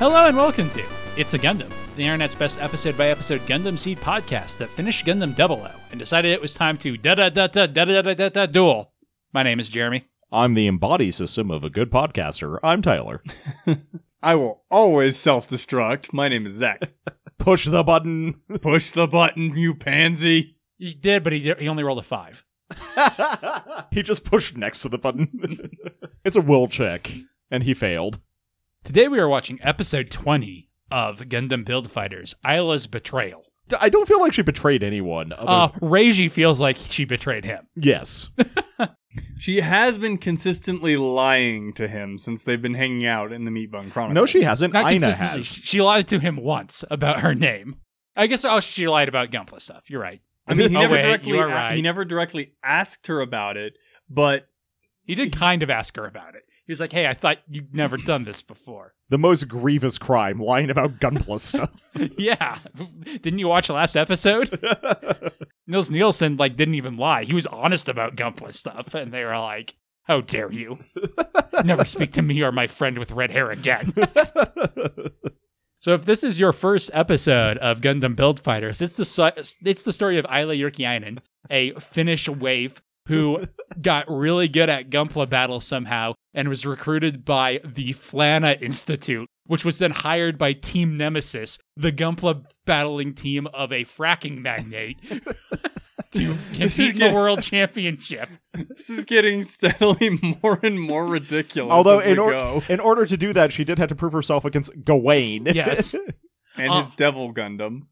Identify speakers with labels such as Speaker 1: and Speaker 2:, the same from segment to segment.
Speaker 1: Hello and welcome to It's a Gundam, the internet's best episode by episode Gundam Seed podcast that finished Gundam Double O and decided it was time to da da da da da da da da da duel. My name is Jeremy.
Speaker 2: I'm the embody system of a good podcaster. I'm Tyler.
Speaker 3: I will always self destruct. My name is Zach.
Speaker 2: Push the button.
Speaker 3: Push the button, you pansy.
Speaker 1: He did, but he did, he only rolled a five.
Speaker 2: he just pushed next to the button. it's a will check, and he failed.
Speaker 1: Today we are watching episode twenty of Gundam Build Fighters: Isla's Betrayal.
Speaker 2: D- I don't feel like she betrayed anyone. Other-
Speaker 1: Uh, Reiji feels like she betrayed him.
Speaker 2: yes.
Speaker 3: She has been consistently lying to him since they've been hanging out in the Meat Bun Chronicles.
Speaker 2: No, she hasn't.
Speaker 1: Not
Speaker 2: Ina
Speaker 1: consistently.
Speaker 2: has.
Speaker 1: She lied to him once about her name. I guess oh, she lied about Gunpla stuff. You're right.
Speaker 3: I mean, he
Speaker 1: Oh,
Speaker 3: never
Speaker 1: wait,
Speaker 3: directly.
Speaker 1: you are
Speaker 3: a-
Speaker 1: right.
Speaker 3: He never directly asked her about it, but
Speaker 1: He did kind of ask her about it. He was like, "Hey, I thought you'd never done this before."
Speaker 2: The most grievous crime, lying about gunpla stuff.
Speaker 1: yeah, didn't you watch last episode? Nils Nielsen like didn't even lie. He was honest about Gunpla stuff, and they were like, "How dare you? Never speak to me or my friend with red hair again." So if this is your first episode of Gundam Build Fighters, it's the si- it's the story of Isla Jyrkiainen, a Finnish waif who got really good at Gunpla battles somehow and was recruited by the Flana Institute, which was then hired by Team Nemesis, the Gunpla battling team of a fracking magnate, to
Speaker 3: is
Speaker 1: compete in the
Speaker 3: getting-
Speaker 1: world championship.
Speaker 3: this is getting steadily more and more ridiculous.
Speaker 2: Although
Speaker 3: as
Speaker 2: in,
Speaker 3: we
Speaker 2: or-
Speaker 3: go.
Speaker 2: in order to do that, she did have to prove herself against Gawain.
Speaker 1: Yes.
Speaker 3: and
Speaker 1: uh,
Speaker 3: his Devil Gundam.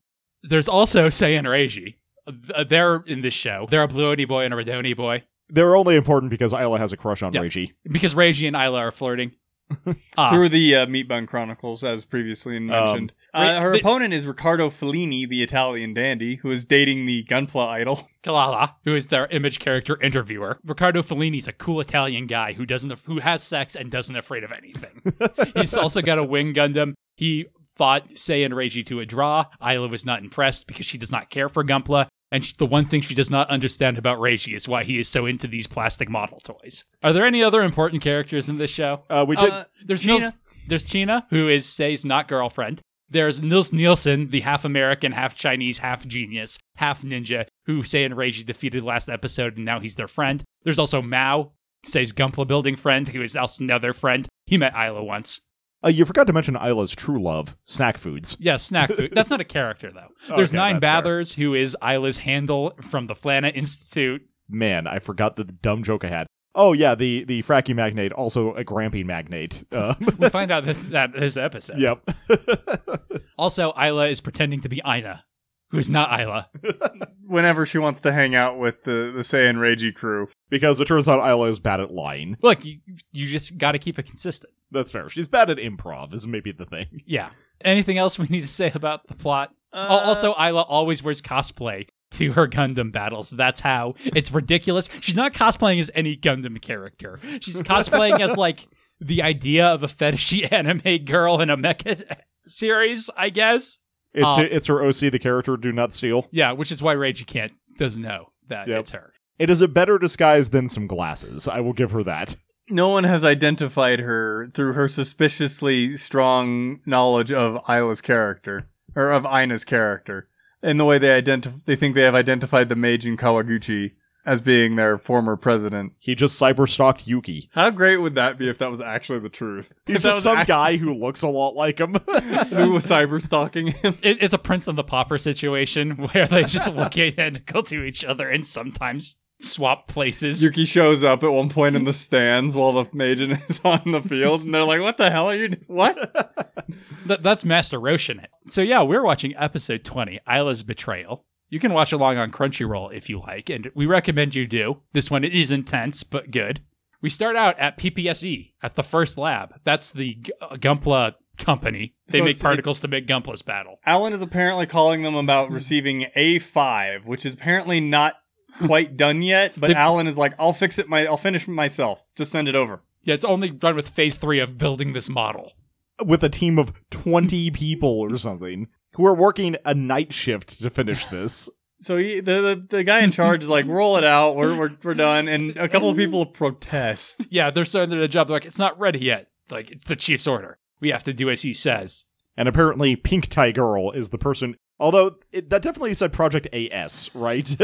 Speaker 1: There's also Sei and Reiji. Uh, They're in this show. They're a Bluoni boy and a Redoni boy.
Speaker 2: They're only important because Isla has a crush on
Speaker 1: Yeah.
Speaker 2: Reiji.
Speaker 1: because Reiji and Isla are flirting. Ah,
Speaker 3: Through the uh, Meat Bun Chronicles, as previously
Speaker 2: Um,
Speaker 3: mentioned,
Speaker 1: wait,
Speaker 3: uh, her
Speaker 1: the-
Speaker 3: opponent is Riccardo Fellini, the Italian dandy, who is dating the Gunpla idol.
Speaker 1: Kalala, who is their image character interviewer. Riccardo Fellini's a cool Italian guy who doesn't who has sex and doesn't afraid of anything. He's also got a wing Gundam. He fought Sei and Reiji to a draw. Isla was not impressed because she does not care for Gunpla. And she, the one thing she does not understand about Reiji is why he is so into these plastic model toys. Are there any other important characters in this show?
Speaker 2: Uh, we did.
Speaker 3: Uh,
Speaker 1: There's
Speaker 3: Gina.
Speaker 1: Nils, there's Gina, who is Say's not girlfriend. There's Nils Nielsen, the half American, half Chinese, half genius, half ninja, who Say and Reiji defeated last episode, and now he's their friend. There's also Mao, Say's Gumpla building friend, who is also another friend. He met Isla once.
Speaker 2: uh, you forgot to mention Isla's true love, snack foods.
Speaker 1: Yeah, snack food. That's not a character though. There's
Speaker 2: Okay,
Speaker 1: Nine
Speaker 2: that's fair.
Speaker 1: Bathers, who is Isla's handle from the Flana Institute.
Speaker 2: man, I forgot the dumb joke I had. Oh yeah, the the fracking magnate, also a grampy magnate. Uh,
Speaker 1: We find out this that this episode.
Speaker 2: yep.
Speaker 1: Also, Isla is pretending to be Ina, who is not Isla.
Speaker 3: whenever she wants to hang out with the the Saiyan Reiji crew.
Speaker 2: because it turns out Isla is bad at lying.
Speaker 1: Look, you you just got to keep it consistent.
Speaker 2: That's fair. She's bad at improv. Is maybe the thing.
Speaker 1: Yeah. Anything else we need to say about the plot?
Speaker 3: Uh,
Speaker 1: Al Uh, also, Isla always wears cosplay to her Gundam battles. That's how it's ridiculous. She's not cosplaying as any Gundam character. She's cosplaying as like the idea of a fetishy anime girl in a mecha series, I guess.
Speaker 2: It's
Speaker 1: Uh,
Speaker 2: it's her OC, the character do not steal.
Speaker 1: Yeah, which is why Reiji can't doesn't know that
Speaker 2: Yep.
Speaker 1: it's her.
Speaker 2: It is a better disguise than some glasses. I will give her that.
Speaker 3: No one has identified her through her suspiciously strong knowledge of Isla's character or of Ina's character. In the way they identify, they think they have identified the mage in Kawaguchi as being their former president.
Speaker 2: He just cyber stalked Yuki.
Speaker 3: How great would that be if that was actually the truth?
Speaker 2: He's
Speaker 3: if that
Speaker 2: just
Speaker 3: was
Speaker 2: some
Speaker 3: act-
Speaker 2: guy who looks a lot like him.
Speaker 3: who was cyber stalking him.
Speaker 1: It, it's a Prince and the Pauper situation where they just look identical to each other and sometimes swap places.
Speaker 3: Yuki shows up at one point in the stands while the mage is on the field, and they're like, "What the hell are you? do- What?"
Speaker 1: Th- that's Master Roshin. So yeah, we're watching episode 20, Isla's Betrayal. You can watch along on Crunchyroll if you like, and we recommend you do. This one is intense, but good. We start out at PPSE, E, at the first lab. That's the G- uh, Gumpla company. They
Speaker 3: So
Speaker 1: make
Speaker 3: it's-
Speaker 1: particles to make Gumpla's battle.
Speaker 3: Alan is apparently calling them about receiving A5, which is apparently not quite done yet, but
Speaker 1: They've-
Speaker 3: Alan is like, I'll fix it my I'll finish it myself. Just send it over.
Speaker 1: Yeah, it's only run with phase three of building this model.
Speaker 2: with a team of 20 people or something who are working a night shift to finish this.
Speaker 3: So he, the, the the guy in charge is like, roll it out, we're we're, we're done, and a couple of people protest.
Speaker 1: Yeah, they're starting their job. They're like, it's not ready yet. Like, it's the chief's order. We have to do as he says.
Speaker 2: And apparently, Pink Tie Girl is the person. Although it, that definitely said Project AS, right?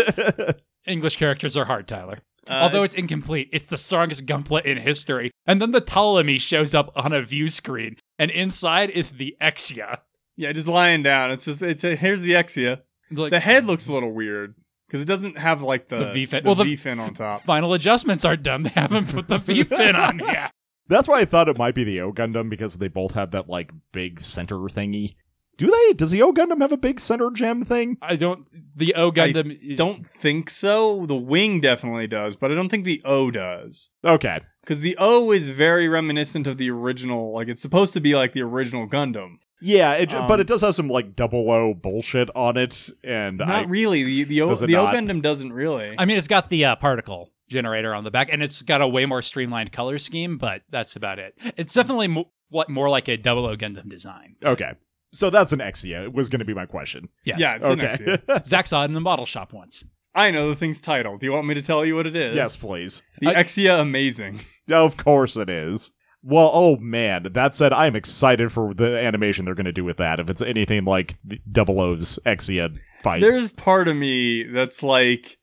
Speaker 1: English characters are hard, Tyler.
Speaker 3: Uh,
Speaker 1: Although it's incomplete, it's the strongest Gumplet in history. And then the Ptolemy shows up on a view screen, and inside is the Exia.
Speaker 3: yeah, just lying down. It's just it's a, here's the Exia.
Speaker 1: Like,
Speaker 3: The head looks a little weird because it doesn't have like the,
Speaker 1: The V-fin.
Speaker 3: the
Speaker 1: Well, the-
Speaker 3: V-fin on top.
Speaker 1: final adjustments aren't done. They haven't put the V fin on yet.
Speaker 2: That's why I thought it might be the O Gundam because they both have that like big center thingy. Do they? Does the O Gundam have a big center gem thing?
Speaker 1: I don't. The O Gundam is
Speaker 3: Don't think so. The wing definitely does, but I don't think the O does.
Speaker 2: Okay.
Speaker 3: Because the O is very reminiscent of the original. Like it's supposed to be like the original Gundam.
Speaker 2: Yeah, it,
Speaker 3: Um,
Speaker 2: but it does have some like double O bullshit on it, and I
Speaker 3: Not really. The the O
Speaker 2: Does it
Speaker 3: the O
Speaker 2: not?
Speaker 3: Gundam doesn't really.
Speaker 1: I mean, it's got the uh, particle generator on the back, and it's got a way more streamlined color scheme, but that's about it. It's definitely mo- what more like a Double O Gundam design.
Speaker 2: okay. So that's an Exia. It was going to be my question.
Speaker 1: Yes.
Speaker 3: Yeah, it's an E
Speaker 2: okay.
Speaker 3: Exia.
Speaker 1: Zach saw it in the model shop once.
Speaker 3: I know the thing's title. Do you want me to tell you what it is?
Speaker 2: yes, please.
Speaker 3: The
Speaker 1: I-
Speaker 3: Exia Amazing.
Speaker 2: Of course it is. Well, oh man. That said, I'm excited for the animation they're going to do with that. If it's anything like the Double O's Exia fights,
Speaker 3: There's part of me that's like,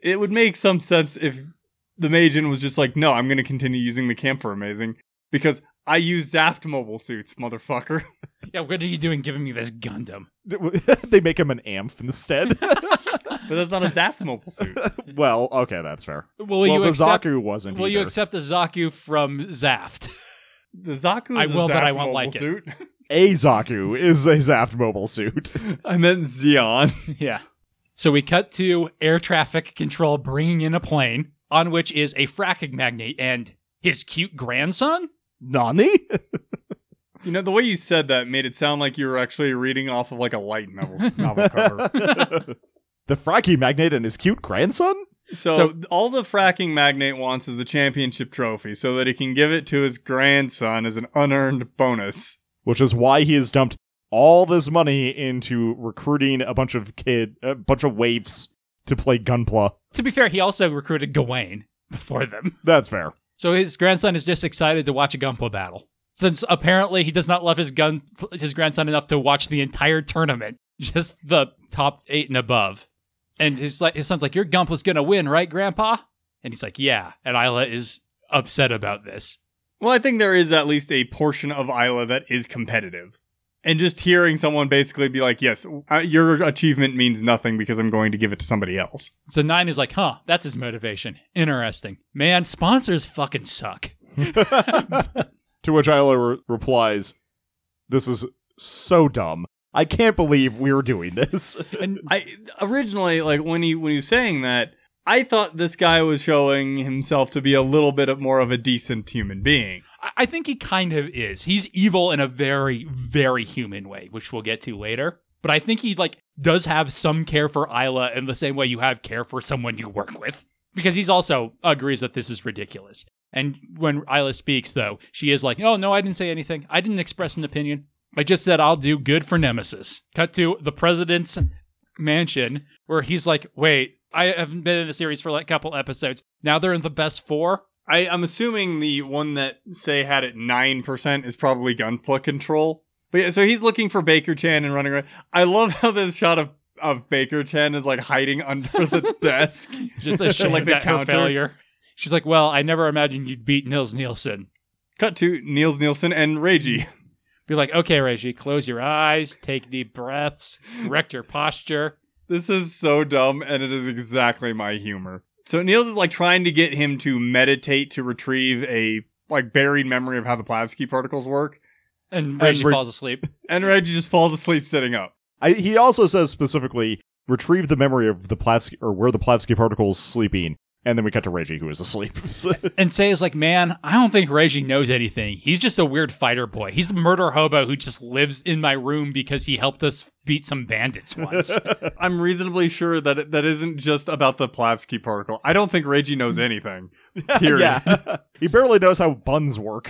Speaker 3: it would make some sense if the Majin was just like, no, I'm going to continue using the camp for Amazing because I use Zaft mobile suits, motherfucker.
Speaker 1: Yeah, what are you doing giving me this Gundam?
Speaker 2: they make him an Amph instead.
Speaker 3: But that's not a Zaft mobile suit.
Speaker 2: well, okay, that's fair.
Speaker 1: Will
Speaker 2: well,
Speaker 1: you
Speaker 2: the
Speaker 1: accept?
Speaker 2: Zaku wasn't.
Speaker 1: will you
Speaker 2: either.
Speaker 1: accept a Zaku from Zaft?
Speaker 3: The Zaku is
Speaker 1: I will,
Speaker 3: a Zaft
Speaker 1: but I won't
Speaker 3: mobile
Speaker 1: like it.
Speaker 3: suit.
Speaker 2: a Zaku is a Zaft mobile suit.
Speaker 3: I meant Xeon.
Speaker 1: yeah. So we cut to air traffic control bringing in a plane on which is a fracking magnate and his cute grandson.
Speaker 2: Nani?
Speaker 3: You know, the way you said that made it sound like you were actually reading off of like a light novel, novel cover.
Speaker 2: the Fraki magnate and his cute grandson?
Speaker 3: So,
Speaker 1: So-
Speaker 3: all the fracking magnate wants is the championship trophy so that he can give it to his grandson as an unearned bonus.
Speaker 2: Which is why he has dumped all this money into recruiting a bunch of kid a bunch of waifs to play Gunpla.
Speaker 1: to be fair, he also recruited Gawain before them.
Speaker 2: That's fair.
Speaker 1: So his grandson is just excited to watch a Gunpla battle, since apparently he does not love his gun his grandson enough to watch the entire tournament, just the top eight and above. And his like his son's like, "Your Gunpla's gonna win, right, Grandpa?" And he's like, "Yeah." And Isla is upset about this.
Speaker 3: Well, I think there is at least a portion of Isla that is competitive. And just hearing someone basically be like, yes, uh, your achievement means nothing because I'm going to give it to somebody else.
Speaker 1: So Nine is like, "Huh, that's his motivation. Interesting, man. Sponsors fucking suck."
Speaker 2: to which Isla re- replies, This is so dumb. I can't believe we're doing this.
Speaker 1: And
Speaker 3: I originally like when he when he was saying that, I thought this guy was showing himself to be a little bit of more of a decent human being.
Speaker 1: I- I think he kind of is. He's evil in a very, very human way, which we'll get to later. But I think he like does have some care for Isla in the same way you have care for someone you work with, because he's also agrees that this is ridiculous. And when Isla speaks, though, she is like, "Oh no, I didn't say anything. I didn't express an opinion. I just said I'll do good for Nemesis." Cut to the president's mansion where he's like, "Wait, I haven't been in the series for like a couple episodes. Now they're in the best four.
Speaker 3: I, I'm assuming the one that say had it nine percent is probably gunpla control. But yeah, so he's looking for Baker Chan and running around. I love how this shot of of Baker Chan is like hiding under the desk.
Speaker 1: just a shit
Speaker 3: Like
Speaker 1: like
Speaker 3: the
Speaker 1: that her
Speaker 3: counter.
Speaker 1: failure. She's like, "Well, I never imagined you'd beat Nils Nielsen."
Speaker 3: Cut to Niels Nielsen and Reiji.
Speaker 1: Be like, "Okay, Reggie, close your eyes, take deep breaths, correct your posture."
Speaker 3: This is so dumb, and it is exactly my humor. So Niels is like trying to get him to meditate to retrieve a like buried memory of how the Plavsky particles work,
Speaker 1: And Reggie
Speaker 2: we're-
Speaker 1: falls asleep.
Speaker 3: and Reggie just falls asleep sitting up.
Speaker 2: I, he also says specifically retrieve the memory of the Plavsky or where the Plavsky particles sleeping, and then we cut to Reggie who is asleep. So-
Speaker 1: And Say is like, "Man, I don't think Reggie knows anything. He's just a weird fighter boy. He's a murder hobo who just lives in my room because he helped us beat some bandits once."
Speaker 3: I'm reasonably sure that it, that isn't just about the Plavsky particle. I don't think Reggie knows anything. Period.
Speaker 2: yeah. he barely knows how buns work.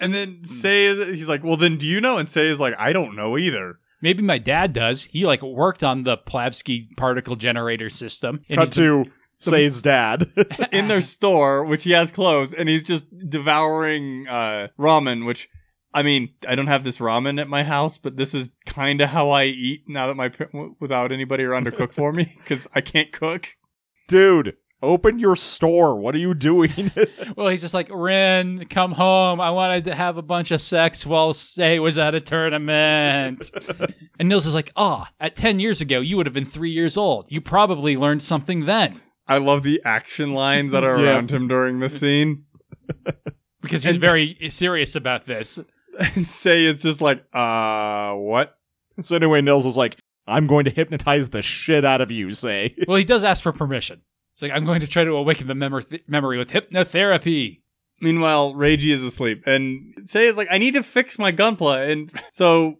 Speaker 3: And then say that- he's like, "Well, then do you know?" And say is like, "I don't know either."
Speaker 1: Maybe my dad does. He like worked on the Plavsky particle generator system. And
Speaker 2: Cut
Speaker 1: he's-
Speaker 2: to Say's dad.
Speaker 3: In their store, which he has closed, and he's just devouring uh, ramen, which I mean, I don't have this ramen at my house, but this is kind of how I eat now that my pa- w- without anybody around to cook for me because I can't cook.
Speaker 2: Dude, open your store. What are you doing?
Speaker 1: Well, he's just like, Ren, come home. I wanted to have a bunch of sex while Say was at a tournament. and Nils is like, ah, at 10 years ago, you would have been three years old. You probably learned something then.
Speaker 3: I love the action lines that are
Speaker 2: Yeah.
Speaker 3: around him during this scene.
Speaker 1: Because he's very serious about this.
Speaker 3: And Say is just like, uh, what?
Speaker 2: so anyway, Nils is like, I'm going to hypnotize the shit out of you, say.
Speaker 1: Well, he does ask for permission. It's like, I'm going to try to awaken the memor- th- memory with hypnotherapy.
Speaker 3: Meanwhile, Reiji is asleep, and Say is like, I need to fix my gunpla. And so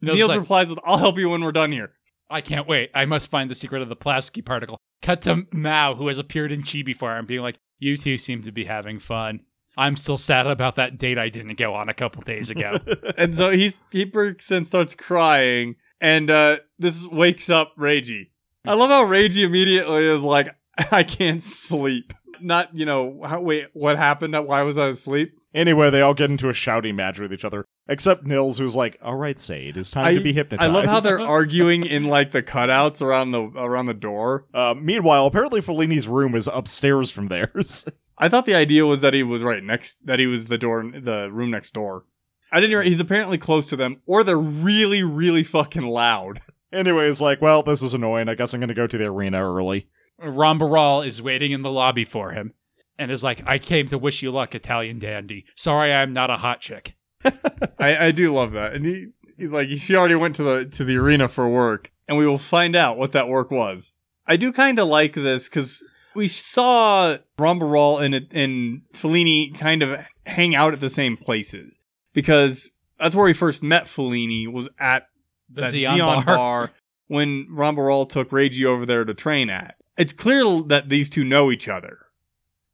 Speaker 1: Nils, is
Speaker 3: Niels
Speaker 1: like,
Speaker 3: replies with, I'll help you when we're done here.
Speaker 1: I can't wait. I must find the secret of the Plavsky particle. Cut to Mao, who has appeared in Chibi Farm, being like, You two seem to be having fun. I'm still sad about that date I didn't go on a couple days ago.
Speaker 3: and so he's, he breaks and starts crying, and uh, this wakes up Reiji. I love how Reiji immediately is like, I can't sleep. Not, you know, how, wait, what happened? Why was I asleep?
Speaker 2: Anyway, they all get into a shouting match with each other, except Nils, who's like, "All right, say it is time
Speaker 3: I-
Speaker 2: to be hypnotized."
Speaker 3: I love how they're arguing in like the cutouts around the around the door.
Speaker 2: Uh, meanwhile, apparently Fellini's room is upstairs from theirs.
Speaker 3: I thought the idea was that he was right next, that he was the door, the room next door. I didn't. Hear, he's apparently close to them, or they're really, really fucking loud.
Speaker 2: anyway, it's like, well, this is annoying. I guess I'm going to go to the arena early.
Speaker 1: Rambaral is waiting in the lobby for him and is like, I came to wish you luck, Italian dandy. Sorry I'm not a hot chick.
Speaker 3: I, I do love that. And he, he's like, she already went to the to the arena for work, and we will find out what that work was. I do kind of like this because we saw Rombarol and and Fellini kind of hang out at the same places because that's where we first met Fellini was at
Speaker 1: The
Speaker 3: that
Speaker 1: Xeon
Speaker 3: Xeon bar.
Speaker 1: bar.
Speaker 3: when Rombarol took Reiji over there to train at. It's clear that these two know each other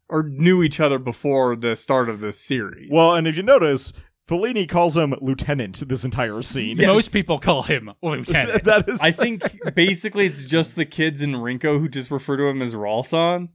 Speaker 3: or knew each other before the start of this series.
Speaker 2: Well, and if you notice, Fellini calls him Lieutenant this entire scene.
Speaker 3: Yes.
Speaker 1: Most people call him Lieutenant.
Speaker 2: that is.
Speaker 3: I think basically it's just the kids in Rinko who just refer to him as Ralson.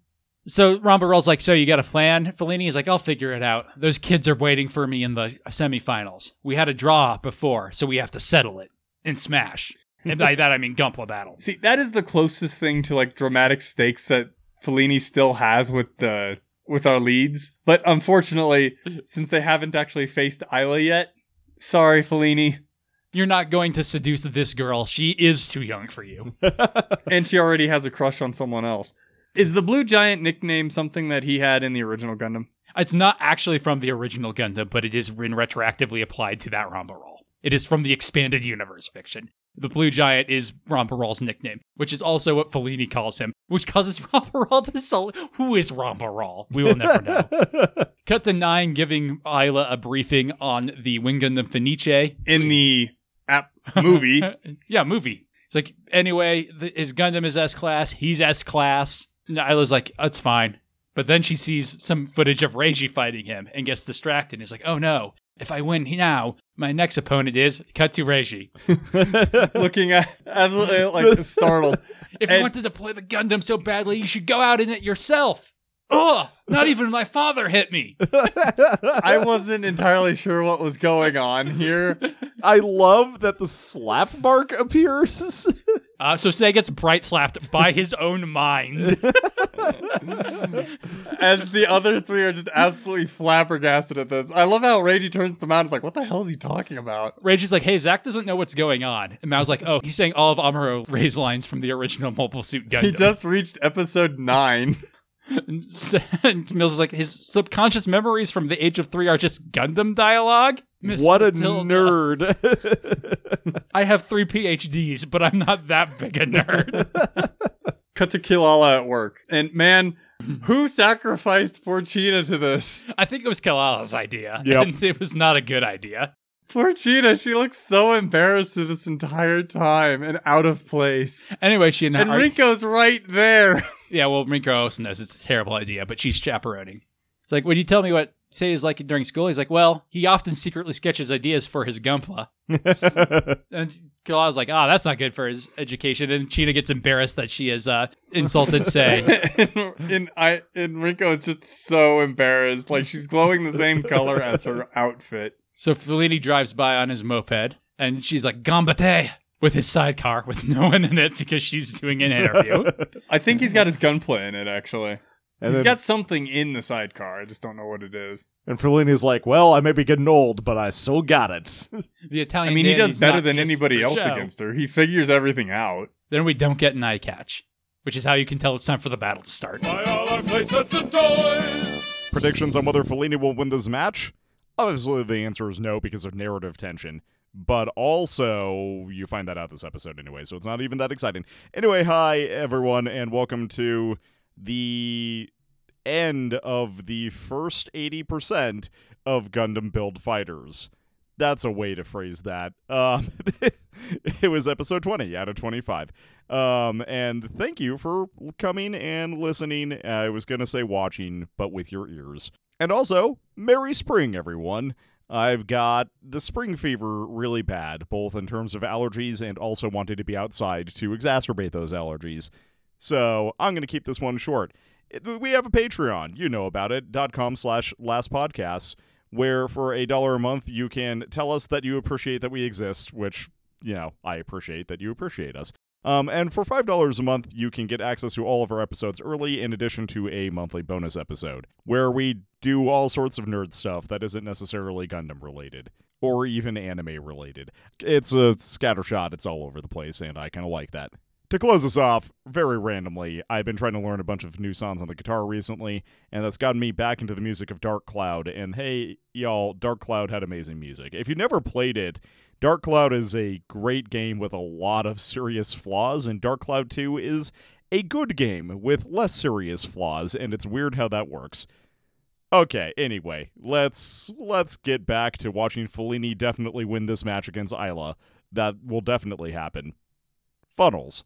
Speaker 1: so Rambaral's like, So you got a plan? Fellini is like, I'll figure it out. Those kids are waiting for me in the semifinals. We had a draw before, so we have to settle it and smash. And by that I mean Gumpla battle.
Speaker 3: See, that is the closest thing to like dramatic stakes that Fellini still has with the with our leads. But unfortunately, since they haven't actually faced Isla yet, sorry, Fellini.
Speaker 1: You're not going to seduce this girl. She is too young for you.
Speaker 3: And she already has a crush on someone else. Is the Blue Giant nickname something that he had in the original Gundam?
Speaker 1: It's not actually from the original Gundam, but it is been retroactively applied to that Rombarol. It is from the expanded universe fiction. The Blue Giant is Rombarol's nickname, which is also what Fellini calls him, which causes Rombarol to sell. Who is Rombarol? We will never know. Cut to nine, giving Isla a briefing on the Wing Gundam Fenice.
Speaker 3: In the app movie.
Speaker 1: yeah, movie. It's like anyway, th his Gundam is S class. He's S class. And Isla's like, that's fine. But then she sees some footage of Reiji fighting him and gets distracted. And is like, oh no, if I win now, my next opponent is cut to Reiji.
Speaker 3: looking at absolutely like startled.
Speaker 1: If you
Speaker 3: And-
Speaker 1: wanted to play the Gundam so badly, you should go out in it yourself. Ugh! Not even my father hit me.
Speaker 3: I wasn't entirely sure what was going on here.
Speaker 2: I love that the slap mark appears.
Speaker 1: Uh, so Say gets bright slapped by his own mind.
Speaker 3: As the other three are just absolutely flabbergasted at this. I love how Reiji turns them out. and is like, what the hell is he talking about?
Speaker 1: Reggie's like, hey, Zach doesn't know what's going on. And Mao's like, oh, he's saying all of Amuro Ray's lines from the original Mobile Suit Gundam.
Speaker 3: He just reached episode nine.
Speaker 1: And s- and Mills is like, his subconscious memories from the age of three are just Gundam dialogue? Miss
Speaker 2: what a
Speaker 1: Matilda,
Speaker 2: nerd.
Speaker 1: I have three PhDs, but I'm not that big a nerd.
Speaker 3: Cut to Kilala at work. And man, who sacrificed Porcina to this?
Speaker 1: I think it was Kalala's idea.
Speaker 2: Yep.
Speaker 1: And it was not a good idea.
Speaker 3: Porcina, she looks so embarrassed this entire time and out of place.
Speaker 1: Anyway, she and,
Speaker 3: And
Speaker 1: Har-
Speaker 3: Rinko's right there.
Speaker 1: Yeah, well, Rinko also knows it's a terrible idea, but she's chaperoning. It's like, when you tell me what Say is like during school, he's like, well, he often secretly sketches ideas for his Gunpla. And Kalala's like, oh, that's not good for his education. And Cheetah gets embarrassed that she has uh, insulted Say.
Speaker 3: and, and I and Rinko is just so embarrassed. Like she's glowing the same color as her outfit.
Speaker 1: So Fellini drives by on his moped, and she's like, Gambate! With his sidecar with no one in it because she's doing an interview.
Speaker 3: I think he's got his gunplay in it, actually.
Speaker 2: And,
Speaker 3: he's
Speaker 2: then,
Speaker 3: got something in the sidecar. I just don't know what it is.
Speaker 2: and Ferlini's like, well, I may be getting old, but I still got it.
Speaker 1: The Italian.
Speaker 3: I mean, he does
Speaker 1: Dandy's
Speaker 3: better
Speaker 1: not
Speaker 3: than
Speaker 1: just
Speaker 3: anybody
Speaker 1: for
Speaker 3: else
Speaker 1: show.
Speaker 3: against her. He figures everything out.
Speaker 1: Then we don't get an eye catch, which is how you can tell it's time for the battle to start.
Speaker 2: Predictions on whether Fellini will win this match? Obviously, the answer is no because of narrative tension. But also, you find that out this episode anyway, so it's not even that exciting. Anyway, hi, everyone, and welcome to the end of the first 80% of Gundam Build Fighters. That's a way to phrase that. Um, it was episode 20 out of 25. Um, and thank you for coming and listening. I was going to say watching, but with your ears. And also, Merry Spring, everyone. I've got the spring fever really bad, both in terms of allergies and also wanting to be outside to exacerbate those allergies. So I'm going to keep this one short. It- We have a Patreon, you know about it, dot com slash last podcasts, where for a dollar a month you can tell us that you appreciate that we exist, which, you know, I appreciate that you appreciate us. Um, and for $5 a month, you can get access to all of our episodes early, in addition to a monthly bonus episode, where we do all sorts of nerd stuff that isn't necessarily Gundam related or even anime related. It's a scattershot, it's all over the place, and I kind of like that. To close us off, very randomly, I've been trying to learn a bunch of new songs on the guitar recently, and that's gotten me back into the music of Dark Cloud. And hey, y'all, Dark Cloud had amazing music. If you never played it, Dark Cloud is a great game with a lot of serious flaws, and Dark Cloud 2 is a good game with less serious flaws, and it's weird how that works. Okay, anyway, let's let's get back to watching Fellini definitely win this match against Isla. That will definitely happen. Funnels.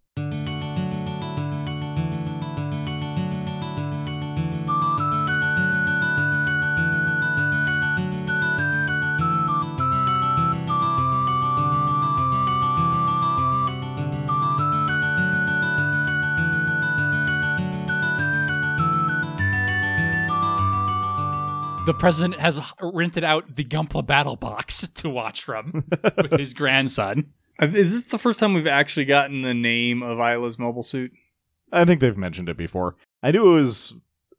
Speaker 1: The president has rented out the Gumpla battle box to watch from with his grandson.
Speaker 3: Uh, Is this the first time we've actually gotten the name of Isla's mobile suit?
Speaker 2: I think they've mentioned it before. I knew it was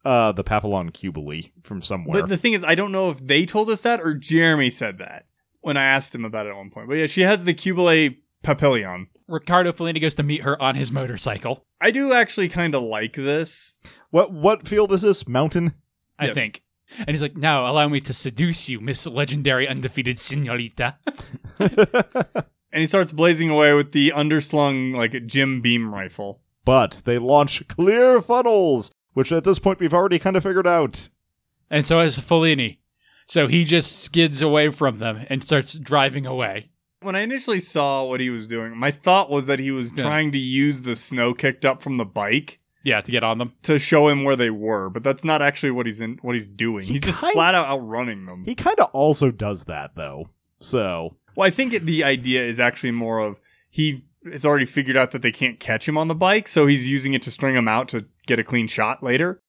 Speaker 2: uh, the Papillon Cubile from somewhere.
Speaker 3: But the thing is, I don't know if they told us that or Jeremy said that when I asked him about it at one point. But yeah, she has the Cubile Papillon.
Speaker 1: Ricardo Fellini goes to meet her on his motorcycle,
Speaker 3: I do actually kind of like this.
Speaker 2: what what field is this? Mountain?
Speaker 1: I
Speaker 3: Yes.
Speaker 1: think. And he's like, Now allow me to seduce you, Miss Legendary Undefeated Senorita.
Speaker 3: And he starts blazing away with the underslung, like, Jim Beam rifle.
Speaker 2: but they launch clear funnels, which at this point we've already kind of figured out.
Speaker 1: And so is Fellini. So he just skids away from them and starts driving away.
Speaker 3: When I initially saw what he was doing, my thought was that he was
Speaker 1: Yeah.
Speaker 3: trying to use the snow kicked up from the bike
Speaker 1: Yeah, to get on them.
Speaker 3: to show him where they were, but that's not actually what he's in what he's doing.
Speaker 2: He
Speaker 3: he's just
Speaker 2: kind-
Speaker 3: flat out outrunning them.
Speaker 2: He kind of also does that though. So
Speaker 3: Well, I think it, the idea is actually more of he has already figured out that they can't catch him on the bike, so he's using it to string him out to get a clean shot later.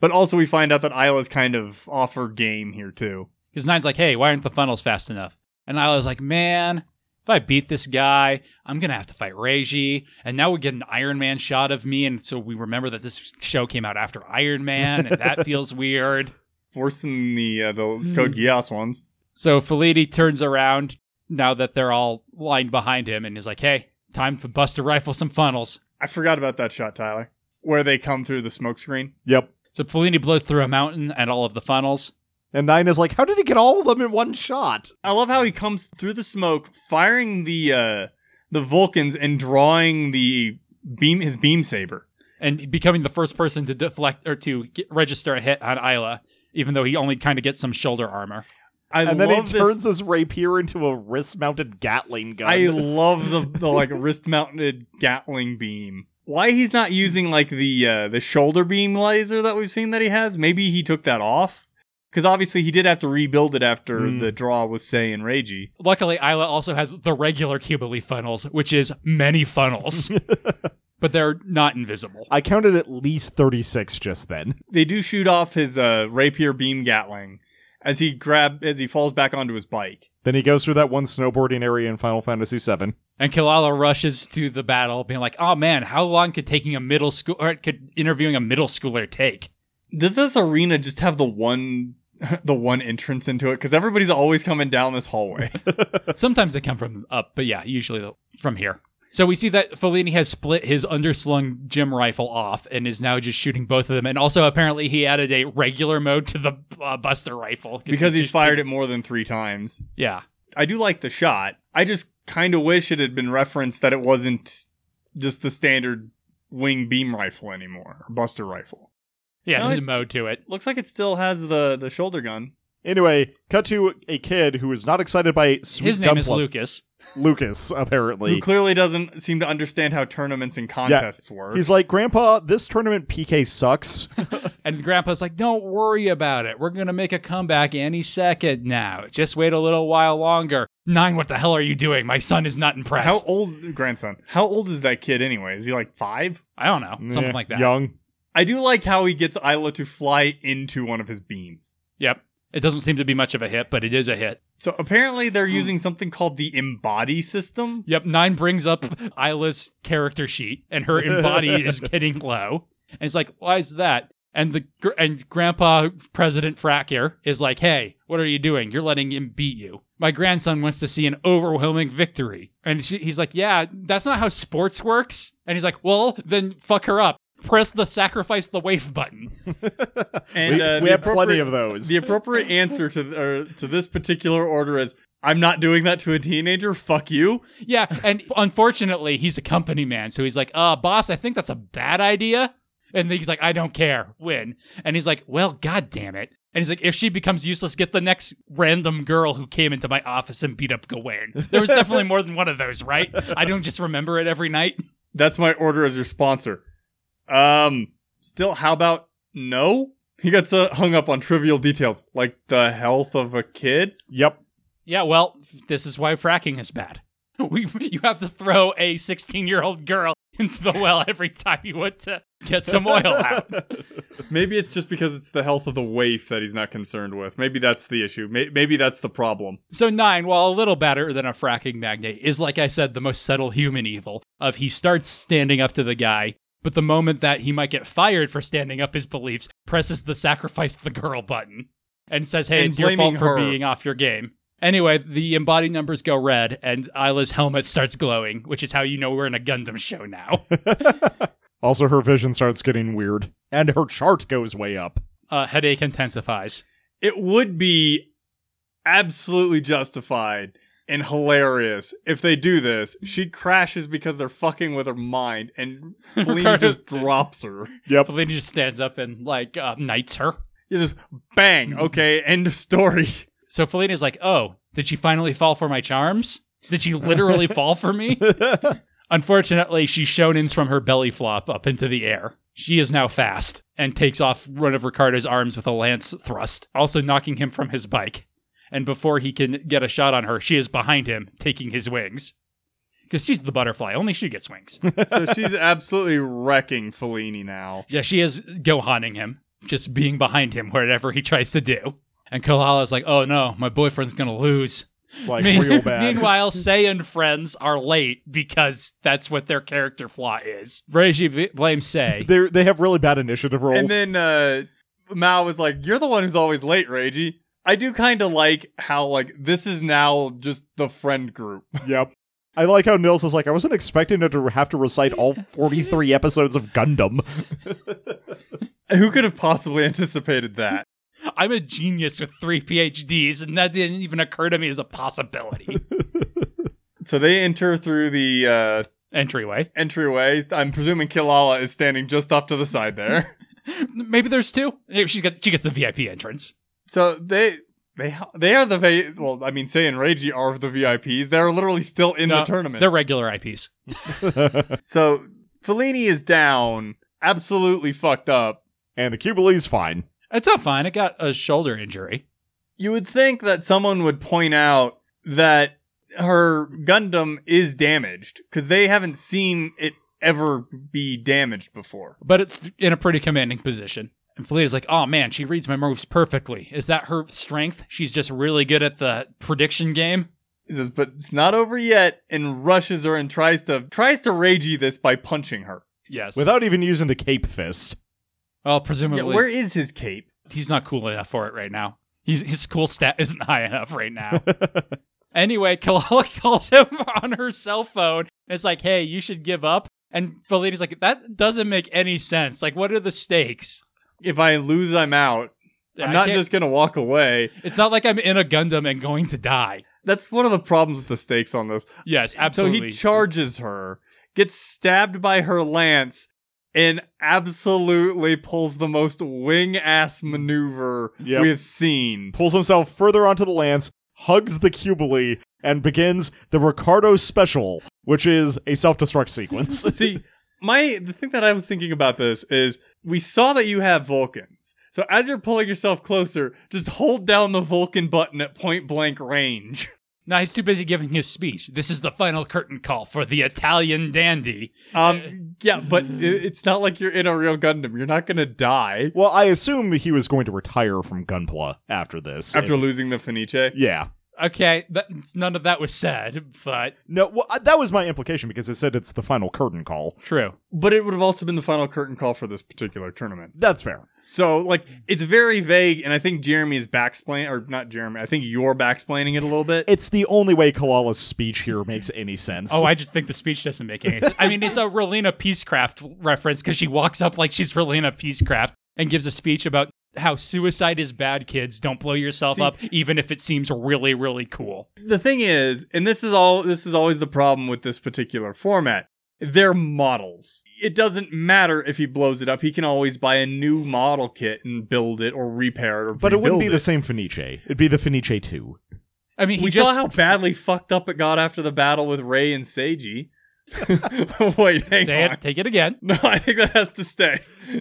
Speaker 3: But also, we find out that Isla's kind of off her game here too.
Speaker 1: Because Nine's like, Hey, why aren't the funnels fast enough? And I was like, Man, if I beat this guy, I'm going to have to fight Reiji. And now we get an Iron Man shot of me. And so we remember that this show came out after Iron Man, and that feels weird.
Speaker 3: Worse than the uh, the
Speaker 1: Hmm.
Speaker 3: Code Geass ones.
Speaker 1: So Fellini turns around now that they're all lined behind him and is like, Hey, time for bust to rifle some funnels.
Speaker 3: I forgot about that shot, Tyler, where they come through the smoke screen.
Speaker 2: yep.
Speaker 1: So Fellini blows through a mountain and all of the funnels.
Speaker 2: And Nine is like, how did he get all of them in one shot?
Speaker 3: I love how he comes through the smoke, firing the uh, the Vulcans and drawing the beam his beam saber.
Speaker 1: and becoming the first person to deflect or to get, register a hit on Isla, even though he only kind of gets some shoulder armor.
Speaker 3: I
Speaker 2: and
Speaker 3: love
Speaker 2: then he
Speaker 3: this-
Speaker 2: turns his rapier into a wrist-mounted Gatling gun.
Speaker 3: I love the, the like wrist mounted Gatling beam. Why he's not using like the uh, the shoulder beam laser that we've seen that he has? Maybe he took that off because obviously he did have to rebuild it after
Speaker 2: Hmm.
Speaker 3: the draw with Say and Reiji.
Speaker 1: Luckily, Isla also has the regular Cubile funnels, which is many funnels, but they're not invisible.
Speaker 2: I counted at least thirty-six just then.
Speaker 3: They do shoot off his uh, rapier beam Gatling, as he grab as he falls back onto his bike.
Speaker 2: Then he goes through that one snowboarding area in Final Fantasy VII.
Speaker 1: And Kilala rushes to the battle, being like, "Oh man, how long could taking a middle school or could interviewing a middle schooler take?"
Speaker 3: Does this arena just have the one the one entrance into it? Because everybody's always coming down this hallway.
Speaker 1: Sometimes they come from up, but yeah, usually from here. So we see that Fellini has split his underslung gym rifle off and is now just shooting both of them. And also, apparently, he added a regular mode to the uh, Buster rifle
Speaker 3: because he's
Speaker 1: just-
Speaker 3: fired it more than three times.
Speaker 1: Yeah,
Speaker 3: I do like the shot. I just kind of wish it had been referenced that it wasn't just the standard wing beam rifle anymore, or buster rifle.
Speaker 1: yeah,
Speaker 3: No,
Speaker 1: there's a
Speaker 3: it's-
Speaker 1: mode to it.
Speaker 3: Looks like it still has the the shoulder gun.
Speaker 2: Anyway, cut to a kid who is not excited by sweet
Speaker 1: His name is
Speaker 2: Gunpla-
Speaker 1: Lucas.
Speaker 2: Lucas, apparently.
Speaker 3: Who clearly doesn't seem to understand how tournaments and contests work.
Speaker 2: He's like, Grandpa, this tournament PK sucks.
Speaker 1: And Grandpa's like, "Don't worry about it. We're gonna make a comeback any second now. Just wait a little while longer." Nine, what the hell are you doing? My son is not impressed.
Speaker 3: how old grandson? How old is that kid anyway? Is he like five?
Speaker 1: I don't know, something
Speaker 2: Yeah,
Speaker 1: like that.
Speaker 2: Young.
Speaker 3: I do like how he gets Isla to fly into one of his beams.
Speaker 1: Yep. It doesn't seem to be much of a hit, but it is a hit.
Speaker 3: So apparently
Speaker 2: Hmm.
Speaker 3: they're using something called the embody system.
Speaker 1: Yep, Nine brings up Isla's character sheet, and her body is getting low. And it's like, why is that? And the gr- and Grandpa President Fracker is like, hey, what are you doing? You're letting him beat you. My grandson wants to see an overwhelming victory, and she, he's like, yeah, that's not how sports works. And he's like, well, then fuck her up. Press the sacrifice the waif button.
Speaker 3: And
Speaker 2: we
Speaker 3: uh,
Speaker 2: we
Speaker 3: the
Speaker 2: have plenty
Speaker 3: appropriate-
Speaker 2: of those.
Speaker 3: The appropriate answer to th- or to this particular order is I'm not doing that to a teenager. Fuck you.
Speaker 1: Yeah, and unfortunately, he's a company man, so he's like, "Uh, boss, I think that's a bad idea." And he's like, "I don't care, win." And he's like, "Well, god damn it." And he's like, "If she becomes useless, get the next random girl who came into my office and beat up Gawain." There was definitely more than one of those, right? I don't just remember it every night.
Speaker 3: That's my order as your sponsor. Um, still, how about no? He gets uh, hung up on trivial details like the health of a kid.
Speaker 2: yep.
Speaker 1: Yeah, well, this is why fracking is bad. We, you have to throw a 16-year-old girl into the well every time you want to get some oil out.
Speaker 3: Maybe it's just because it's the health of the waif that he's not concerned with. Maybe that's the issue. May- Maybe that's the problem.
Speaker 1: So nine, while a little better than a fracking magnate, is like I said, the most subtle human evil. Of he starts standing up to the guy, but the moment that he might get fired for standing up his beliefs, presses the sacrifice the girl button and says, "Hey,
Speaker 3: And
Speaker 1: it's your fault
Speaker 3: blaming
Speaker 1: for
Speaker 3: her.
Speaker 1: being off your game." Anyway, the embodied numbers go red, and Isla's helmet starts glowing, which is how you know we're in a Gundam show now.
Speaker 2: Also, her vision starts getting weird, and her chart goes way up.
Speaker 1: Uh, headache intensifies.
Speaker 3: It would be absolutely justified and hilarious if they do this. She crashes because they're fucking with her mind, and Feline
Speaker 1: Ricardo-
Speaker 3: just drops her.
Speaker 2: Yep.
Speaker 1: Fellini just stands up and like uh, knights her.
Speaker 3: You just bang. Okay, end of story.
Speaker 1: So Felina's like, oh, did she finally fall for my charms? Did she literally fall for me? Unfortunately, she shonens from her belly flop up into the air. She is now fast and takes off one of Ricardo's arms with a lance thrust, also knocking him from his bike. And before he can get a shot on her, she is behind him, taking his wings. Because she's the butterfly, only she gets wings.
Speaker 3: So she's absolutely wrecking Fellini now.
Speaker 1: Yeah, she is Gohaning him, just being behind him wherever he tries to do. And Kalala's like, oh no, my boyfriend's gonna lose.
Speaker 2: like,
Speaker 1: Me-
Speaker 2: real bad.
Speaker 1: Meanwhile, Say and friends are late because that's what their character flaw is. Reggie v- blames Say.
Speaker 2: They're, they have really bad initiative rolls.
Speaker 3: And then uh, Mao was like, "You're the one who's always late, Reiji." I do kind of like how like this is now just the friend group.
Speaker 2: yep. I like how Nils is like, I wasn't expecting her to have to recite all 43 episodes of Gundam.
Speaker 3: Who could have possibly anticipated that?
Speaker 1: I'm a genius with three PhDs, and that didn't even occur to me as a possibility.
Speaker 3: So they enter through the uh,
Speaker 1: Entryway.
Speaker 3: entryway. I'm presuming Kilala is standing just off to the side there.
Speaker 1: Maybe there's two. Maybe She gets she gets the VIP entrance.
Speaker 3: So they they they are the va- well, I mean, Say and Reiji are the VIPs. They're literally still in
Speaker 1: No,
Speaker 3: the tournament.
Speaker 1: They're regular IPs.
Speaker 3: So Fellini is down, absolutely fucked up.
Speaker 2: and the Cubulee's fine.
Speaker 1: It's not fine. It got a shoulder injury.
Speaker 3: You would think that someone would point out that her Gundam is damaged because they haven't seen it ever be damaged before.
Speaker 1: but it's in a pretty commanding position. And Felina's like, oh man, she reads my moves perfectly. Is that her strength? She's just really good at the prediction game.
Speaker 3: He says, but it's not over yet, and rushes her and tries to tries to ragey this by punching her.
Speaker 1: Yes.
Speaker 2: Without even using the cape fist.
Speaker 1: well,
Speaker 3: Yeah,
Speaker 1: presumably
Speaker 3: where is his cape?
Speaker 1: he's not cool enough for it right now. He's, his cool stat isn't high enough right now. anyway, Kalala calls him on her cell phone. And it's like, hey, you should give up. And Felina's like, that doesn't make any sense. Like, what are the stakes?
Speaker 3: If I lose, I'm out. I'm
Speaker 1: I
Speaker 3: not
Speaker 1: can't-
Speaker 3: just gonna walk away.
Speaker 1: It's not like I'm in a Gundam and going to die.
Speaker 3: That's one of the problems with the stakes on this.
Speaker 1: Yes, absolutely.
Speaker 3: So he charges her, gets stabbed by her lance, and absolutely pulls the most wing ass maneuver
Speaker 2: Yep.
Speaker 3: we've seen.
Speaker 2: Pulls himself further onto the lance, hugs the Cubile, and begins the Ricardo special, which is a self destruct sequence.
Speaker 3: See, my the thing that I was thinking about this is we saw that you have Vulcans. So as you're pulling yourself closer, just hold down the Vulcan button at point blank range.
Speaker 1: No, he's too busy giving his speech. This is the final curtain call for the Italian dandy.
Speaker 3: Um, yeah, but i it's not like you're in a real Gundam. You're not gonna die
Speaker 2: well, I assume he was going to retire from Gunpla after this.
Speaker 3: after losing the Fenice.
Speaker 2: yeah.
Speaker 1: Okay, that, none of that was said, but
Speaker 2: No, well, I- that was my implication because it said it's the final curtain call.
Speaker 1: true.
Speaker 3: But it would have also been the final curtain call for this particular tournament.
Speaker 2: That's fair.
Speaker 3: So like it's very vague, and I think Jeremy is backsplain or not Jeremy. I think you're backsplaining it a little bit.
Speaker 2: It's the only way Kalala's speech here makes any sense.
Speaker 1: Oh, I just think the speech doesn't make any sense. I mean, it's a Relina Peacecraft reference because she walks up like she's Relina Peacecraft and gives a speech about how suicide is bad, kids. Don't blow yourself
Speaker 3: See-
Speaker 1: up, even if it seems really, really cool.
Speaker 3: the thing is, and this is all this is always the problem with this particular format. They're models. It doesn't matter if he blows it up. He can always buy a new model kit and build it or repair it. Or
Speaker 2: but it wouldn't
Speaker 3: rebuild
Speaker 2: be the same Fenice. It'd be the Fenice 2.
Speaker 1: I mean, he
Speaker 3: we
Speaker 1: just
Speaker 3: saw how badly fucked up it got after the battle with Ray and Seiji. Wait, hang
Speaker 1: say
Speaker 3: on.
Speaker 1: it, take it again.
Speaker 3: No, I think that has to stay.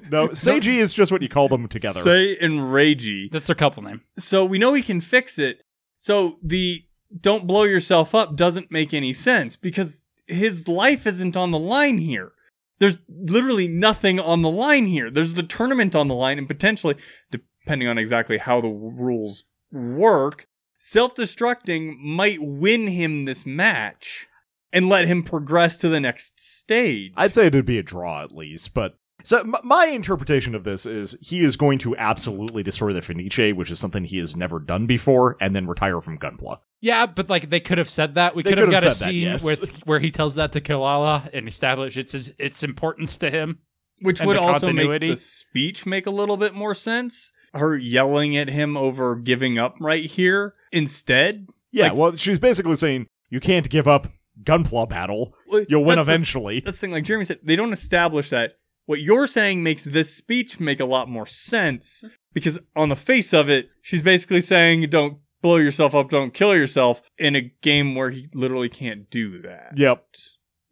Speaker 2: No, Seiji is just what you call them together.
Speaker 3: Say and Reiji.
Speaker 1: That's their couple name.
Speaker 3: So we know he can fix it. So the don't blow yourself up doesn't make any sense because his life isn't on the line here. There's literally nothing on the line here. There's the tournament on the line, and potentially, depending on exactly how the w- rules work, self destructing might win him this match and let him progress to the next stage.
Speaker 2: I'd say it'd be a draw at least, but. So m- my interpretation of this is he is going to absolutely destroy the Fenice, which is something he has never done before, and then retire from Gunpla.
Speaker 1: Yeah, but like they could have said that. We
Speaker 2: They
Speaker 1: could have
Speaker 2: could have
Speaker 1: got a
Speaker 2: said that,
Speaker 1: scene
Speaker 2: yes.
Speaker 1: with where he tells that to Kalala and establish its its importance to him.
Speaker 3: Which
Speaker 1: and
Speaker 3: would
Speaker 1: the
Speaker 3: also make
Speaker 1: continuity.
Speaker 3: the speech make a little bit more sense. Her yelling at him over giving up right here instead.
Speaker 2: Yeah,
Speaker 3: Like-
Speaker 2: well, she's basically saying you can't give up Gunpla battle.
Speaker 3: Like,
Speaker 2: You'll win
Speaker 3: that's the-
Speaker 2: eventually.
Speaker 3: that's the thing, like Jeremy said, they don't establish that. What you're saying makes this speech make a lot more sense because on the face of it, she's basically saying, "Don't blow yourself up, don't kill yourself," in a game where he literally can't do that.
Speaker 2: Yep.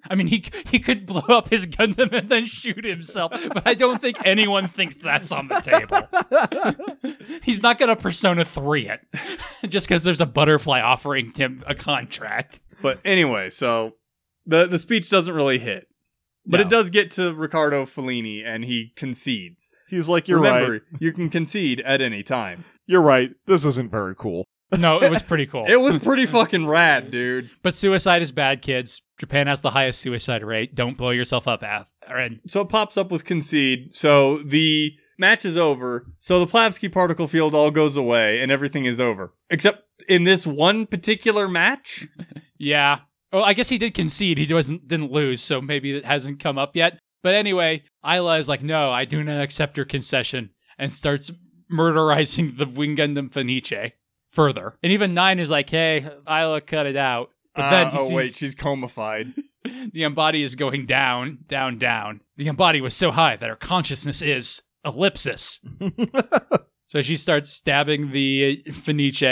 Speaker 1: I mean, he c- he could blow up his Gundam and then shoot himself, but I don't think anyone thinks that's on the table. He's not gonna Persona Three it just because there's a butterfly offering him a contract.
Speaker 3: But anyway, so the the speech doesn't really hit, but
Speaker 1: No.
Speaker 3: it does get to Riccardo Fellini, and he concedes.
Speaker 2: He's like, you're
Speaker 3: Remember,
Speaker 2: right.
Speaker 3: you can concede at any time.
Speaker 2: You're right. This isn't very cool.
Speaker 1: No, it was pretty cool.
Speaker 3: It was pretty fucking rad, dude.
Speaker 1: but suicide is bad, kids. Japan has the highest suicide rate. Don't blow yourself up, Af. And
Speaker 3: So it pops up with concede. So the match is over. So the Plavsky particle field all goes away and everything is over. Except in this one particular match,
Speaker 1: Yeah. Well, I guess he did concede. He wasn't didn't lose, so maybe it hasn't come up yet. But anyway, Isla is like, "No, I do not accept your concession," and starts murderizing the Wing Gundam Fenice further. And even Nine is like, "Hey, Isla, cut it out." But then
Speaker 3: Uh,
Speaker 1: he
Speaker 3: oh
Speaker 1: sees
Speaker 3: wait, she's comified.
Speaker 1: the Embody is going down, down, down. The Embody was so high that her consciousness is ellipsis. so she starts stabbing the Fenice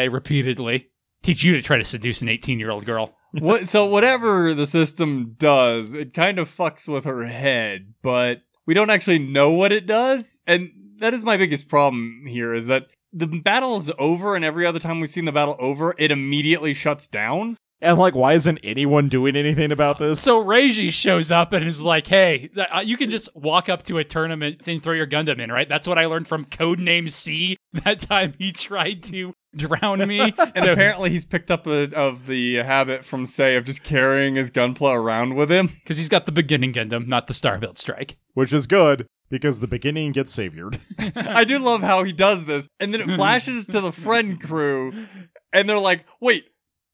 Speaker 1: repeatedly. Teach you to try to seduce an 18 year old girl.
Speaker 3: what? So whatever the system does, it kind of fucks with her head, but we don't actually know what it does, and that is my biggest problem here. Is that the battle is over, and every other time we've seen the battle over, it immediately shuts down.
Speaker 2: And like, why isn't anyone doing anything about this?
Speaker 1: So Reiji shows up and is like, "Hey, th- uh, you can just walk up to a tournament and throw your Gundam in, right?" That's what I learned from Codename C that time he tried to drown me.
Speaker 3: And apparently, he's picked up a, of the habit from say of just carrying his gunpla around with him.
Speaker 1: because he's got the beginning Gundam, not the Starbuild Strike.
Speaker 2: Which is good because the beginning gets saviored.
Speaker 3: I do love how he does this, and then it flashes to the friend crew, and they're like, "Wait,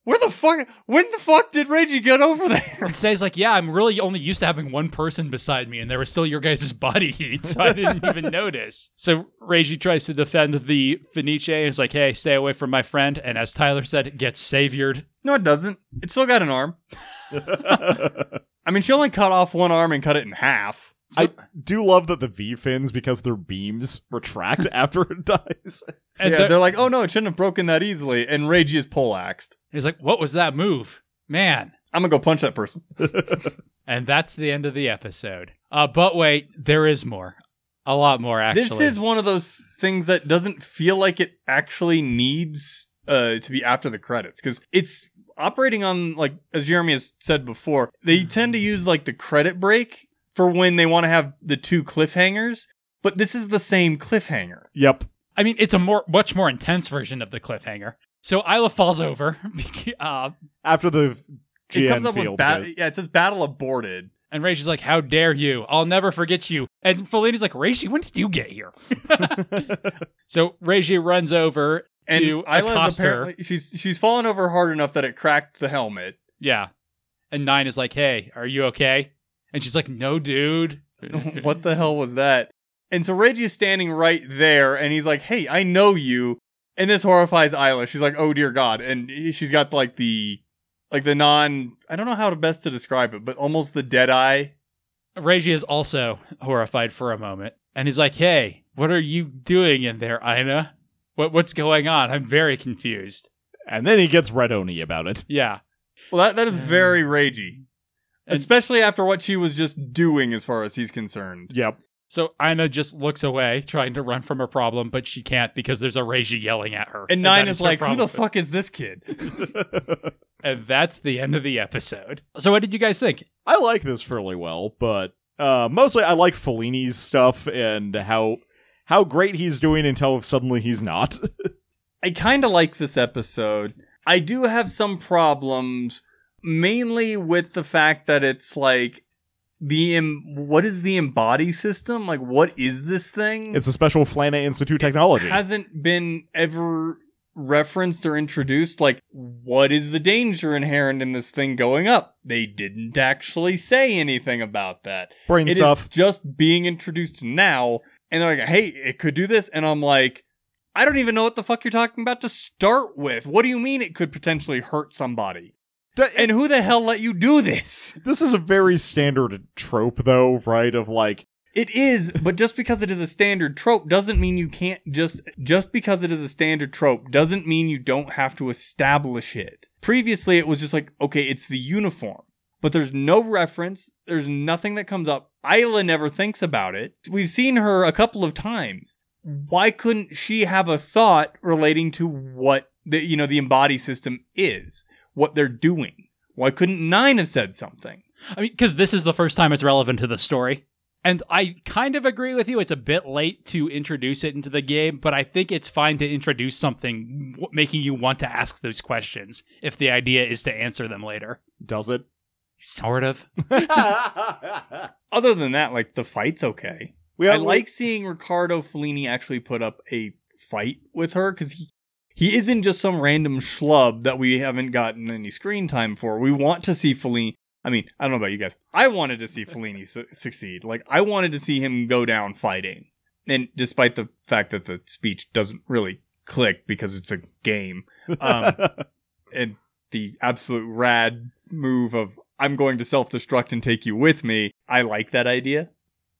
Speaker 3: where the fuck? When the fuck did Reggie get over there?"
Speaker 1: And says like, "Yeah, I'm really only used to having one person beside me, and there was still your guys' body heat, so I didn't even notice." So Reiji tries to defend the Fenice and is like, "Hey, stay away from my friend." And as Tyler said, it gets saviored.
Speaker 3: No, it doesn't. It's still got an arm. I mean, she only cut off one arm and cut it in half.
Speaker 2: I do love that the V fins, because their beams retract after it dies.
Speaker 1: And
Speaker 3: yeah,
Speaker 1: the-
Speaker 3: they're, like, "Oh no, it shouldn't have broken that easily." And Reggie is poleaxed.
Speaker 1: he's like, "What was that move, man?"
Speaker 3: I'm gonna go punch that person.
Speaker 1: And that's the end of the episode. Uh, but wait, there is more. A lot more, actually.
Speaker 3: This is one of those things that doesn't feel like it actually needs uh, to be after the credits because it's operating on like as Jeremy has said before, they tend to use like the credit break for when they want to have the two cliffhangers. But this is the same cliffhanger.
Speaker 2: yep.
Speaker 1: I mean, it's a more, much more intense version of the cliffhanger. So Isla falls over, beca- uh,
Speaker 2: After the GN
Speaker 3: it comes up with
Speaker 2: field.
Speaker 3: bat-
Speaker 2: hit.
Speaker 3: yeah, it says battle aborted.
Speaker 1: and Reishi's like, "How dare you? I'll never forget you." And Felini's like, "Reishi, when did you get here?" so Reishi runs over
Speaker 3: And
Speaker 1: to
Speaker 3: Isla's
Speaker 1: accost her.
Speaker 3: apparently she's she's fallen over hard enough that it cracked the helmet.
Speaker 1: Yeah, and Nine is like, "Hey, are you okay?" And she's like, "No, dude."
Speaker 3: what the hell was that? And so Reggie is standing right there, and he's like, "Hey, I know you." And this horrifies Isla. She's like, "Oh dear God!" And he- she's got like the, like the non—I don't know how to best to describe it, but almost the dead eye.
Speaker 1: Reiji is also horrified for a moment, and he's like, "Hey, what are you doing in there, Ina? What what's going on? I'm very confused."
Speaker 2: and then he gets red oni about it.
Speaker 1: Yeah,
Speaker 3: Well, that that is very Reggie,
Speaker 1: And-
Speaker 3: especially after what she was just doing, as far as he's concerned.
Speaker 2: Yep.
Speaker 1: so Ina just looks away, trying to run from her problem, but she can't because there's a Reiji yelling at her.
Speaker 3: And Nine
Speaker 1: that
Speaker 3: is,
Speaker 1: her
Speaker 3: like, "Who
Speaker 1: problem."
Speaker 3: the fuck is this kid?"
Speaker 1: And that's the end of the episode. So, what did you guys think?
Speaker 2: I like this fairly well, but uh, mostly I like Fellini's stuff and how how great he's doing until suddenly he's not.
Speaker 3: I kind of like this episode. I do have some problems, mainly with the fact that it's like the em- what is the embody system? Like, what is this thing?
Speaker 2: it's a special Flana Institute technology.
Speaker 3: hasn't been ever referenced or introduced. Like, what is the danger inherent in this thing going up? They didn't actually say anything about that.
Speaker 2: Brain
Speaker 3: It is
Speaker 2: stuff.
Speaker 3: just being introduced now, and they're like, "Hey, it could do this," and I'm like, "I don't even know what the fuck you're talking about to start with. What do you mean it could potentially hurt somebody?
Speaker 2: D-
Speaker 3: And who the hell let you do this?"
Speaker 2: this is a very standard trope, though, right? Of like,
Speaker 3: It is, but just because it is a standard trope doesn't mean you can't just just because it is a standard trope doesn't mean you don't have to establish it. Previously it was just like, okay, it's the uniform. But there's no reference, there's nothing that comes up. Isla never thinks about it. We've seen her a couple of times. Why couldn't she have a thought relating to what the you know the embody system is, what they're doing? Why couldn't Nine have said something?
Speaker 1: I mean, because this is the first time it's relevant to the story. And I kind of agree with you. It's a bit late to introduce it into the game, but I think it's fine to introduce something w- making you want to ask those questions if the idea is to answer them later.
Speaker 2: does it?
Speaker 1: Sort of.
Speaker 3: Other than that, like the fight's okay.
Speaker 2: we
Speaker 3: I like seeing Ricardo Fellini actually put up a fight with her because he, he isn't just some random schlub that we haven't gotten any screen time for. We want to see Fellini. I mean, I don't know about you guys. I wanted to see Fellini su- succeed. Like, I wanted to see him go down fighting. And despite the fact that the speech doesn't really click because it's a game, um, and the absolute rad move of I'm going to self destruct and take you with me, I like that idea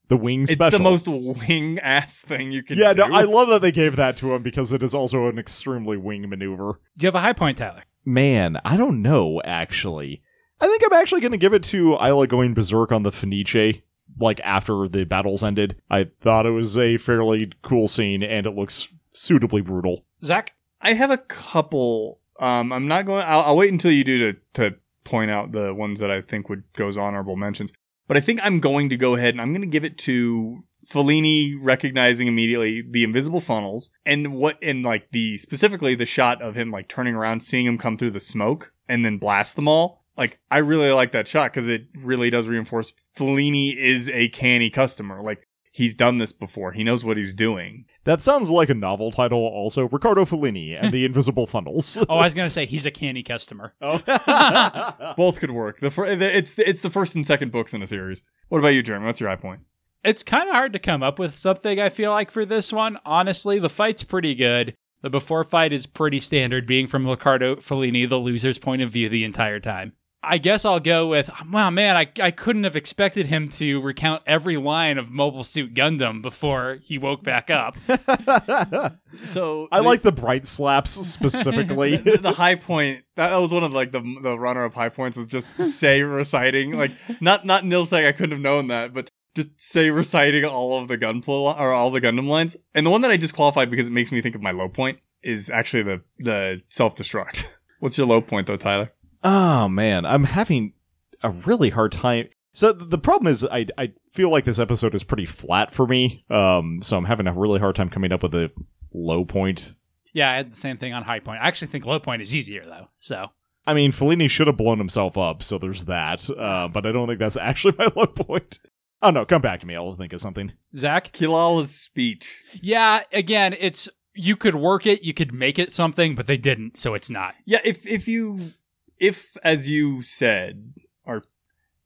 Speaker 2: the wing
Speaker 3: it's
Speaker 2: special.
Speaker 3: the most wing ass thing you can
Speaker 2: yeah,
Speaker 3: do.
Speaker 2: no, I love that they gave that to him because it is also an extremely wing maneuver.
Speaker 1: Do you have a high point, Tyler?
Speaker 2: man, I don't know actually. I think I'm actually going to give it to Isla going berserk on the Fenice, like after the battles ended. I thought it was a fairly cool scene, and it looks suitably brutal.
Speaker 1: Zach?
Speaker 3: I have a couple Um, I'm not going. I'll, I'll wait until you do to to point out the ones that I think would goes honorable mentions. But I think I'm going to go ahead and I'm going to give it to Fellini, recognizing immediately the invisible funnels and what and like the specifically the shot of him like turning around, seeing him come through the smoke and then blast them all. Like I really like that shot because it really does reinforce Fellini is a canny customer. Like he's done this before. He knows what he's doing.
Speaker 2: That sounds like a novel title. Also, Ricardo Fellini and the Invisible Funnels.
Speaker 1: Oh, I was gonna say he's a canny customer.
Speaker 2: Oh.
Speaker 3: Both could work. The, fir- the it's it's the first and second books in a series. What about you, Jeremy? What's your high point?
Speaker 1: It's kind of hard to come up with something. I feel like for this one, honestly, the fight's pretty good. The before fight is pretty standard, being from Ricardo Fellini, the loser's point of view the entire time. I guess I'll go with, wow, man, I, I couldn't have expected him to recount every line of Mobile Suit Gundam before he woke back up. So
Speaker 2: I like the bright slaps specifically.
Speaker 3: the, the high point that was one of like the the runner up high points was just say reciting like not not Nil saying I couldn't have known that, but just say reciting all of the gunpla or all the Gundam lines. And the one that I disqualified because it makes me think of my low point is actually the the self destruct. What's your low point though, Tyler?
Speaker 2: Oh man, I'm having a really hard time. So th- the problem is, I I feel like this episode is pretty flat for me. Um, so I'm having a really hard time coming up with a low point.
Speaker 1: yeah, I had the same thing on high point. I actually think low point is easier though. So
Speaker 2: I mean, Fellini should have blown himself up, so there's that. Uh, but I don't think that's actually my low point. Oh no, come back to me. I'll think of something.
Speaker 1: Zach,
Speaker 3: Kilala's speech.
Speaker 1: yeah, again, it's you could work it, you could make it something, but they didn't, so it's not.
Speaker 3: Yeah, if if you if as you said or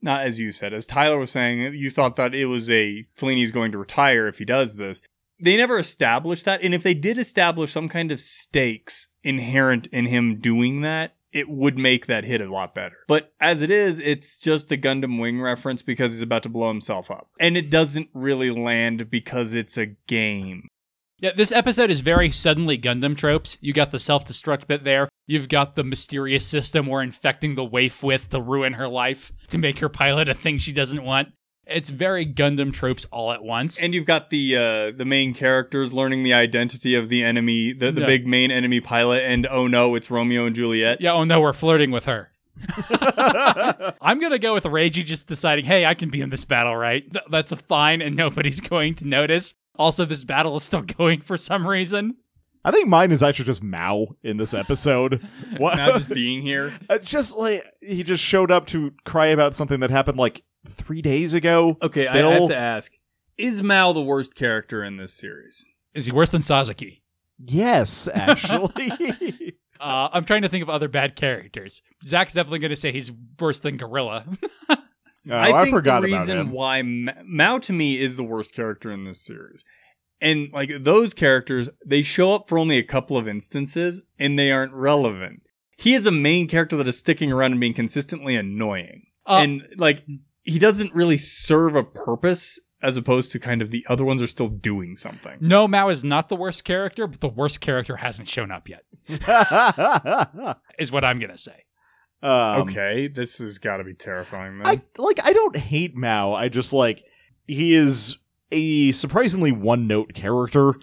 Speaker 3: not as you said, as Tyler was saying, you thought that it was a Fellini's going to retire if he does this. They never established that, and if they did establish some kind of stakes inherent in him doing that, it would make that hit a lot better. But as it is, it's just a Gundam Wing reference because he's about to blow himself up, and it doesn't really land because it's a game.
Speaker 1: Yeah, this episode is very suddenly Gundam tropes. You got the self destruct bit there. You've got the mysterious system we're infecting the waif with to ruin her life, to make her pilot a thing she doesn't want. It's very Gundam tropes all at once.
Speaker 3: And you've got the uh, the main characters learning the identity of the enemy, the, the
Speaker 1: Yeah.
Speaker 3: big main enemy pilot, and oh no, it's Romeo and Juliet.
Speaker 1: yeah, oh no, we're flirting with her. I'm going to go with Reiji just deciding, hey, I can be in this battle, right? Th- that's a fine, and nobody's going to notice. Also, this battle is still going for some reason.
Speaker 2: I think mine is actually just Mao in this episode. What?
Speaker 3: Now just being here.
Speaker 2: Uh, just like he just showed up to cry about something that happened like three days ago.
Speaker 3: Okay,
Speaker 2: still.
Speaker 3: I have to ask: Is Mal the worst character in this series?
Speaker 1: Is he worse than Sasuke?
Speaker 2: Yes, actually.
Speaker 1: Uh, I'm trying to think of other bad characters. Zach's definitely going to say he's worse than Gorilla.
Speaker 2: oh, I,
Speaker 3: think
Speaker 2: forgot
Speaker 3: the
Speaker 2: about
Speaker 3: reason
Speaker 2: him.
Speaker 3: why Ma- Mao to me is the worst character in this series. And like those characters, they show up for only a couple of instances and they aren't relevant. He is a main character that is sticking around and being consistently annoying.
Speaker 1: Uh,
Speaker 3: and like he doesn't really serve a purpose as opposed to kind of the other ones are still doing something.
Speaker 1: No, Mao is not the worst character, but the worst character hasn't shown up yet, is what I'm going to say.
Speaker 2: Um,
Speaker 3: okay, this has got to be terrifying. Then.
Speaker 2: I like. I don't hate Mao. I just like he is a surprisingly one-note character,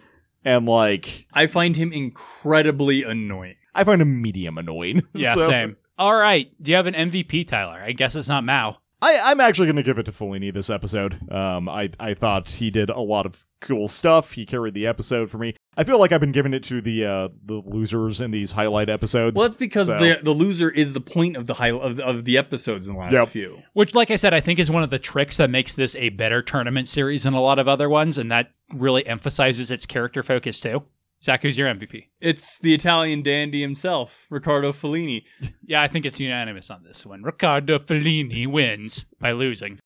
Speaker 2: and like
Speaker 3: I find him incredibly annoying.
Speaker 2: I find him medium annoying.
Speaker 1: Yeah,
Speaker 2: So,
Speaker 1: same. All right. Do you have an MVP, Tyler? I guess it's not Mao.
Speaker 2: I, I'm actually going to give it to Fellini this episode. Um, I, I thought he did a lot of cool stuff. He carried the episode for me. I feel like I've been giving it to the uh, the losers in these highlight episodes.
Speaker 3: Well, it's because
Speaker 2: so-
Speaker 3: the the loser is the point of the high of the, of the episodes in the last
Speaker 2: Yep.
Speaker 3: few.
Speaker 1: Which, like I said, I think is one of the tricks that makes this a better tournament series than a lot of other ones, and that really emphasizes its character focus too. Zach, who's your MVP?
Speaker 3: It's the Italian dandy himself, Riccardo Fellini.
Speaker 1: Yeah, I think it's unanimous on this one. Riccardo Fellini wins by losing.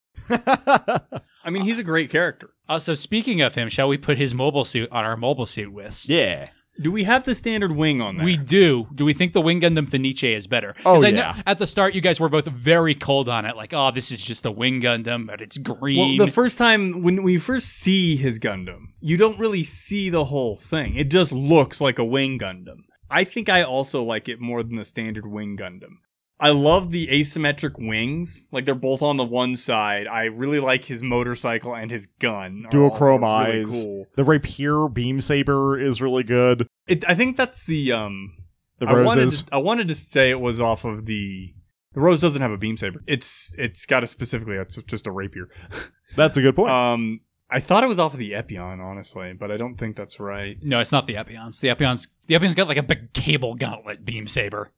Speaker 3: I mean, he's a great character.
Speaker 1: Uh, so speaking of him, shall we put his mobile suit on our mobile suit list?
Speaker 2: yeah.
Speaker 3: Do we have the standard wing on that?
Speaker 1: We do. Do we think the Wing Gundam Finiche is better? 'Cause
Speaker 2: Oh,
Speaker 1: I know
Speaker 2: yeah.
Speaker 1: at the start, you guys were both very cold on it. Like, oh, this is just a Wing Gundam, but it's green.
Speaker 3: Well, the first time when we first see his Gundam, you don't really see the whole thing. It just looks like a wing Gundam. I think I also like it more than the standard wing Gundam. I love the asymmetric wings. Like they're both on the one side. I really like his motorcycle and his gun. are
Speaker 2: Dual
Speaker 3: all
Speaker 2: chrome
Speaker 3: really
Speaker 2: eyes.
Speaker 3: cool.
Speaker 2: The rapier beam saber is really good.
Speaker 3: It, I think that's the um
Speaker 2: The
Speaker 3: I wanted,
Speaker 2: roses.
Speaker 3: to, I wanted to say it was off of the. The rose doesn't have a beam saber. It's it's got a specifically. It's just a rapier.
Speaker 2: That's a good point.
Speaker 3: Um, I thought it was off of the Epion, honestly, but I don't think that's right.
Speaker 1: No, it's not the Epion's. The Epion's the Epion's got like a big cable gauntlet beam saber.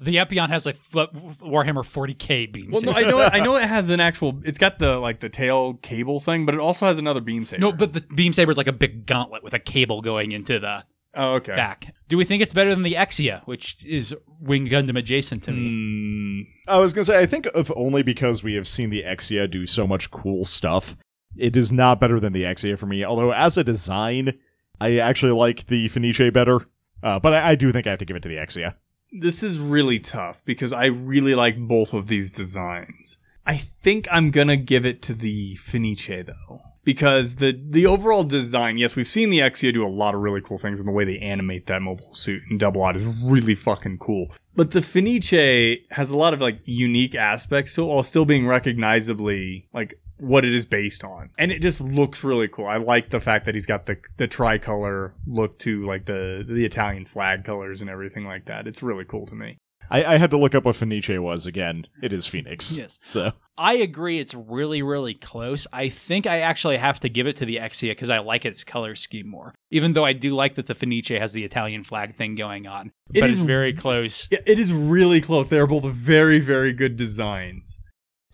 Speaker 1: The Epion has a fl- Warhammer 40k beam
Speaker 3: Well, no,
Speaker 1: saber.
Speaker 3: I know it, I know it has an actual. It's got the like the tail cable thing, but it also has another beam saber.
Speaker 1: No, but the beam saber is like a big gauntlet with a cable going into the
Speaker 3: oh, okay.
Speaker 1: back. Do we think it's better than the Exia, which is Wing Gundam adjacent to me?
Speaker 3: Mm,
Speaker 2: I was gonna say, I think if only because we have seen the Exia do so much cool stuff, it is not better than the Exia for me. Although as a design, I actually like the Fenice better. Uh, but I, I do think I have to give it to the Exia.
Speaker 3: this is really tough because I really like both of these designs. I think I'm gonna give it to the Finiche though. Because the the overall design, yes, we've seen the Exia do a lot of really cool things and the way they animate that mobile suit and double odd is really fucking cool. But the Finiche has a lot of like unique aspects to it while still being recognizably like what it is based on. And it just looks really cool. I like the fact that he's got the the tricolor look to like the the Italian flag colors and everything like that. It's really cool to me.
Speaker 2: I, I had to look up what Fenice was again. It is Phoenix.
Speaker 1: Yes.
Speaker 2: So
Speaker 1: I agree. It's really, really close. I think I actually have to give it to the Exia because I like its color scheme more. Even though I do like that the Fenice has the Italian flag thing going on,
Speaker 3: It
Speaker 1: but
Speaker 3: is-
Speaker 1: it's very close.
Speaker 3: Yeah, it is really close. They are both very very good designs.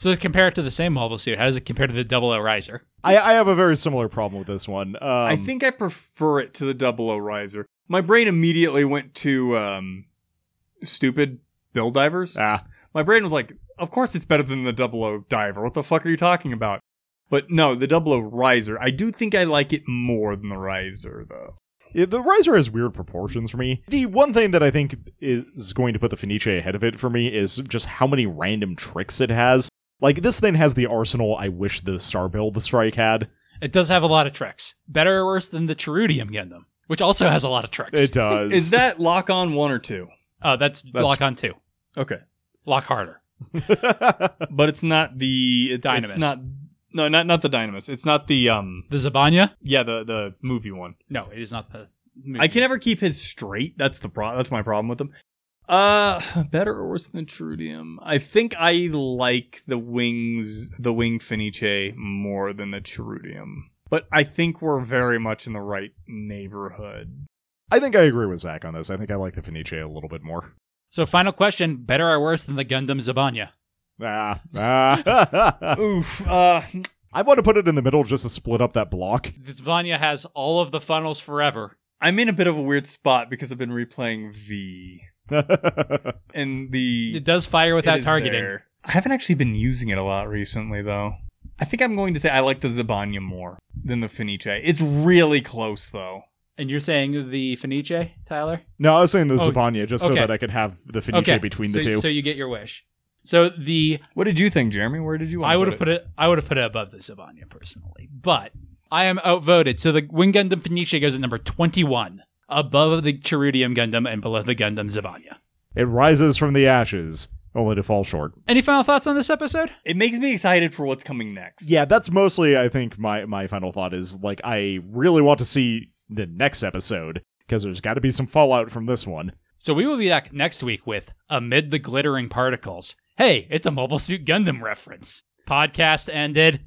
Speaker 1: So to compare it to the same mobile suit, how does it compare to the Double O Riser?
Speaker 2: I, I have a very similar problem with this one. Um,
Speaker 3: I think I prefer it to the Double O Riser. My brain immediately went to um stupid bill divers.
Speaker 2: ah,
Speaker 3: My brain was like, of course it's better than the double O diver. What the fuck are you talking about? But no, the double O riser. I do think I like it more than the riser though.
Speaker 2: yeah, the Riser has weird proportions for me. The one thing that I think is going to put the Fenice ahead of it for me is just how many random tricks it has. Like this thing has the arsenal I wish the Star Build Strike had.
Speaker 1: It does have a lot of tricks. Better or worse than the Cherudium Gundam, which also has a lot of tricks.
Speaker 2: It does.
Speaker 3: Is that lock on one or two?
Speaker 1: uh, that's,
Speaker 2: That's-
Speaker 1: lock on two.
Speaker 3: Okay.
Speaker 1: Lock harder.
Speaker 3: But it's not the it,
Speaker 1: Dynamis.
Speaker 3: It's not no, not not the dynamis. It's not the um
Speaker 1: The Zabanya?
Speaker 3: yeah, the the movie one.
Speaker 1: No, it is not the.
Speaker 3: I can never keep his straight. That's the pro- that's my problem with him. Uh better or worse than Trudium. I think I like the wings the wing finiche more than the Trudium. But I think we're very much in the right neighborhood.
Speaker 2: I think I agree with Zach on this. I think I like the Fenice a little bit more.
Speaker 1: So, final question: Better or worse than the Gundam Zabanya?
Speaker 2: Ah, ah.
Speaker 3: Oof. Uh
Speaker 2: I want to put it in the middle just to split up that block.
Speaker 1: The Zabanya has all of the funnels forever.
Speaker 3: I'm in a bit of a weird spot because I've been replaying V
Speaker 2: I
Speaker 3: and the
Speaker 1: It does fire
Speaker 3: it
Speaker 1: without
Speaker 3: is
Speaker 1: targeting.
Speaker 3: there. I haven't actually been using it a lot recently, though. I think I'm going to say I like the Zabanya more than the Finiche. It's really close, though.
Speaker 1: And you're saying the Fenice, Tyler?
Speaker 2: no, I was saying the
Speaker 1: Oh,
Speaker 2: Zabanya just so
Speaker 1: okay.
Speaker 2: that I could have the Fenice between the
Speaker 1: so,
Speaker 2: two.
Speaker 1: So you get your wish. So the
Speaker 3: What did you think, Jeremy? Where did you? want
Speaker 1: I
Speaker 3: to
Speaker 1: would have put it I would have put it above the Zabanya personally, but I am outvoted. So the Wing Gundam Fenice goes at number twenty-one, above the Cherudium Gundam and below the Gundam Zabanya.
Speaker 2: it rises from the ashes, only to fall short.
Speaker 1: Any final thoughts on this episode?
Speaker 3: It makes me excited for what's coming next.
Speaker 2: Yeah, that's mostly I think my my final thought is like I really want to see the next episode because there's got to be some fallout from this one.
Speaker 1: So we will be back next week with Amid the Glittering Particles. Hey, it's a Mobile Suit Gundam reference. Podcast ended.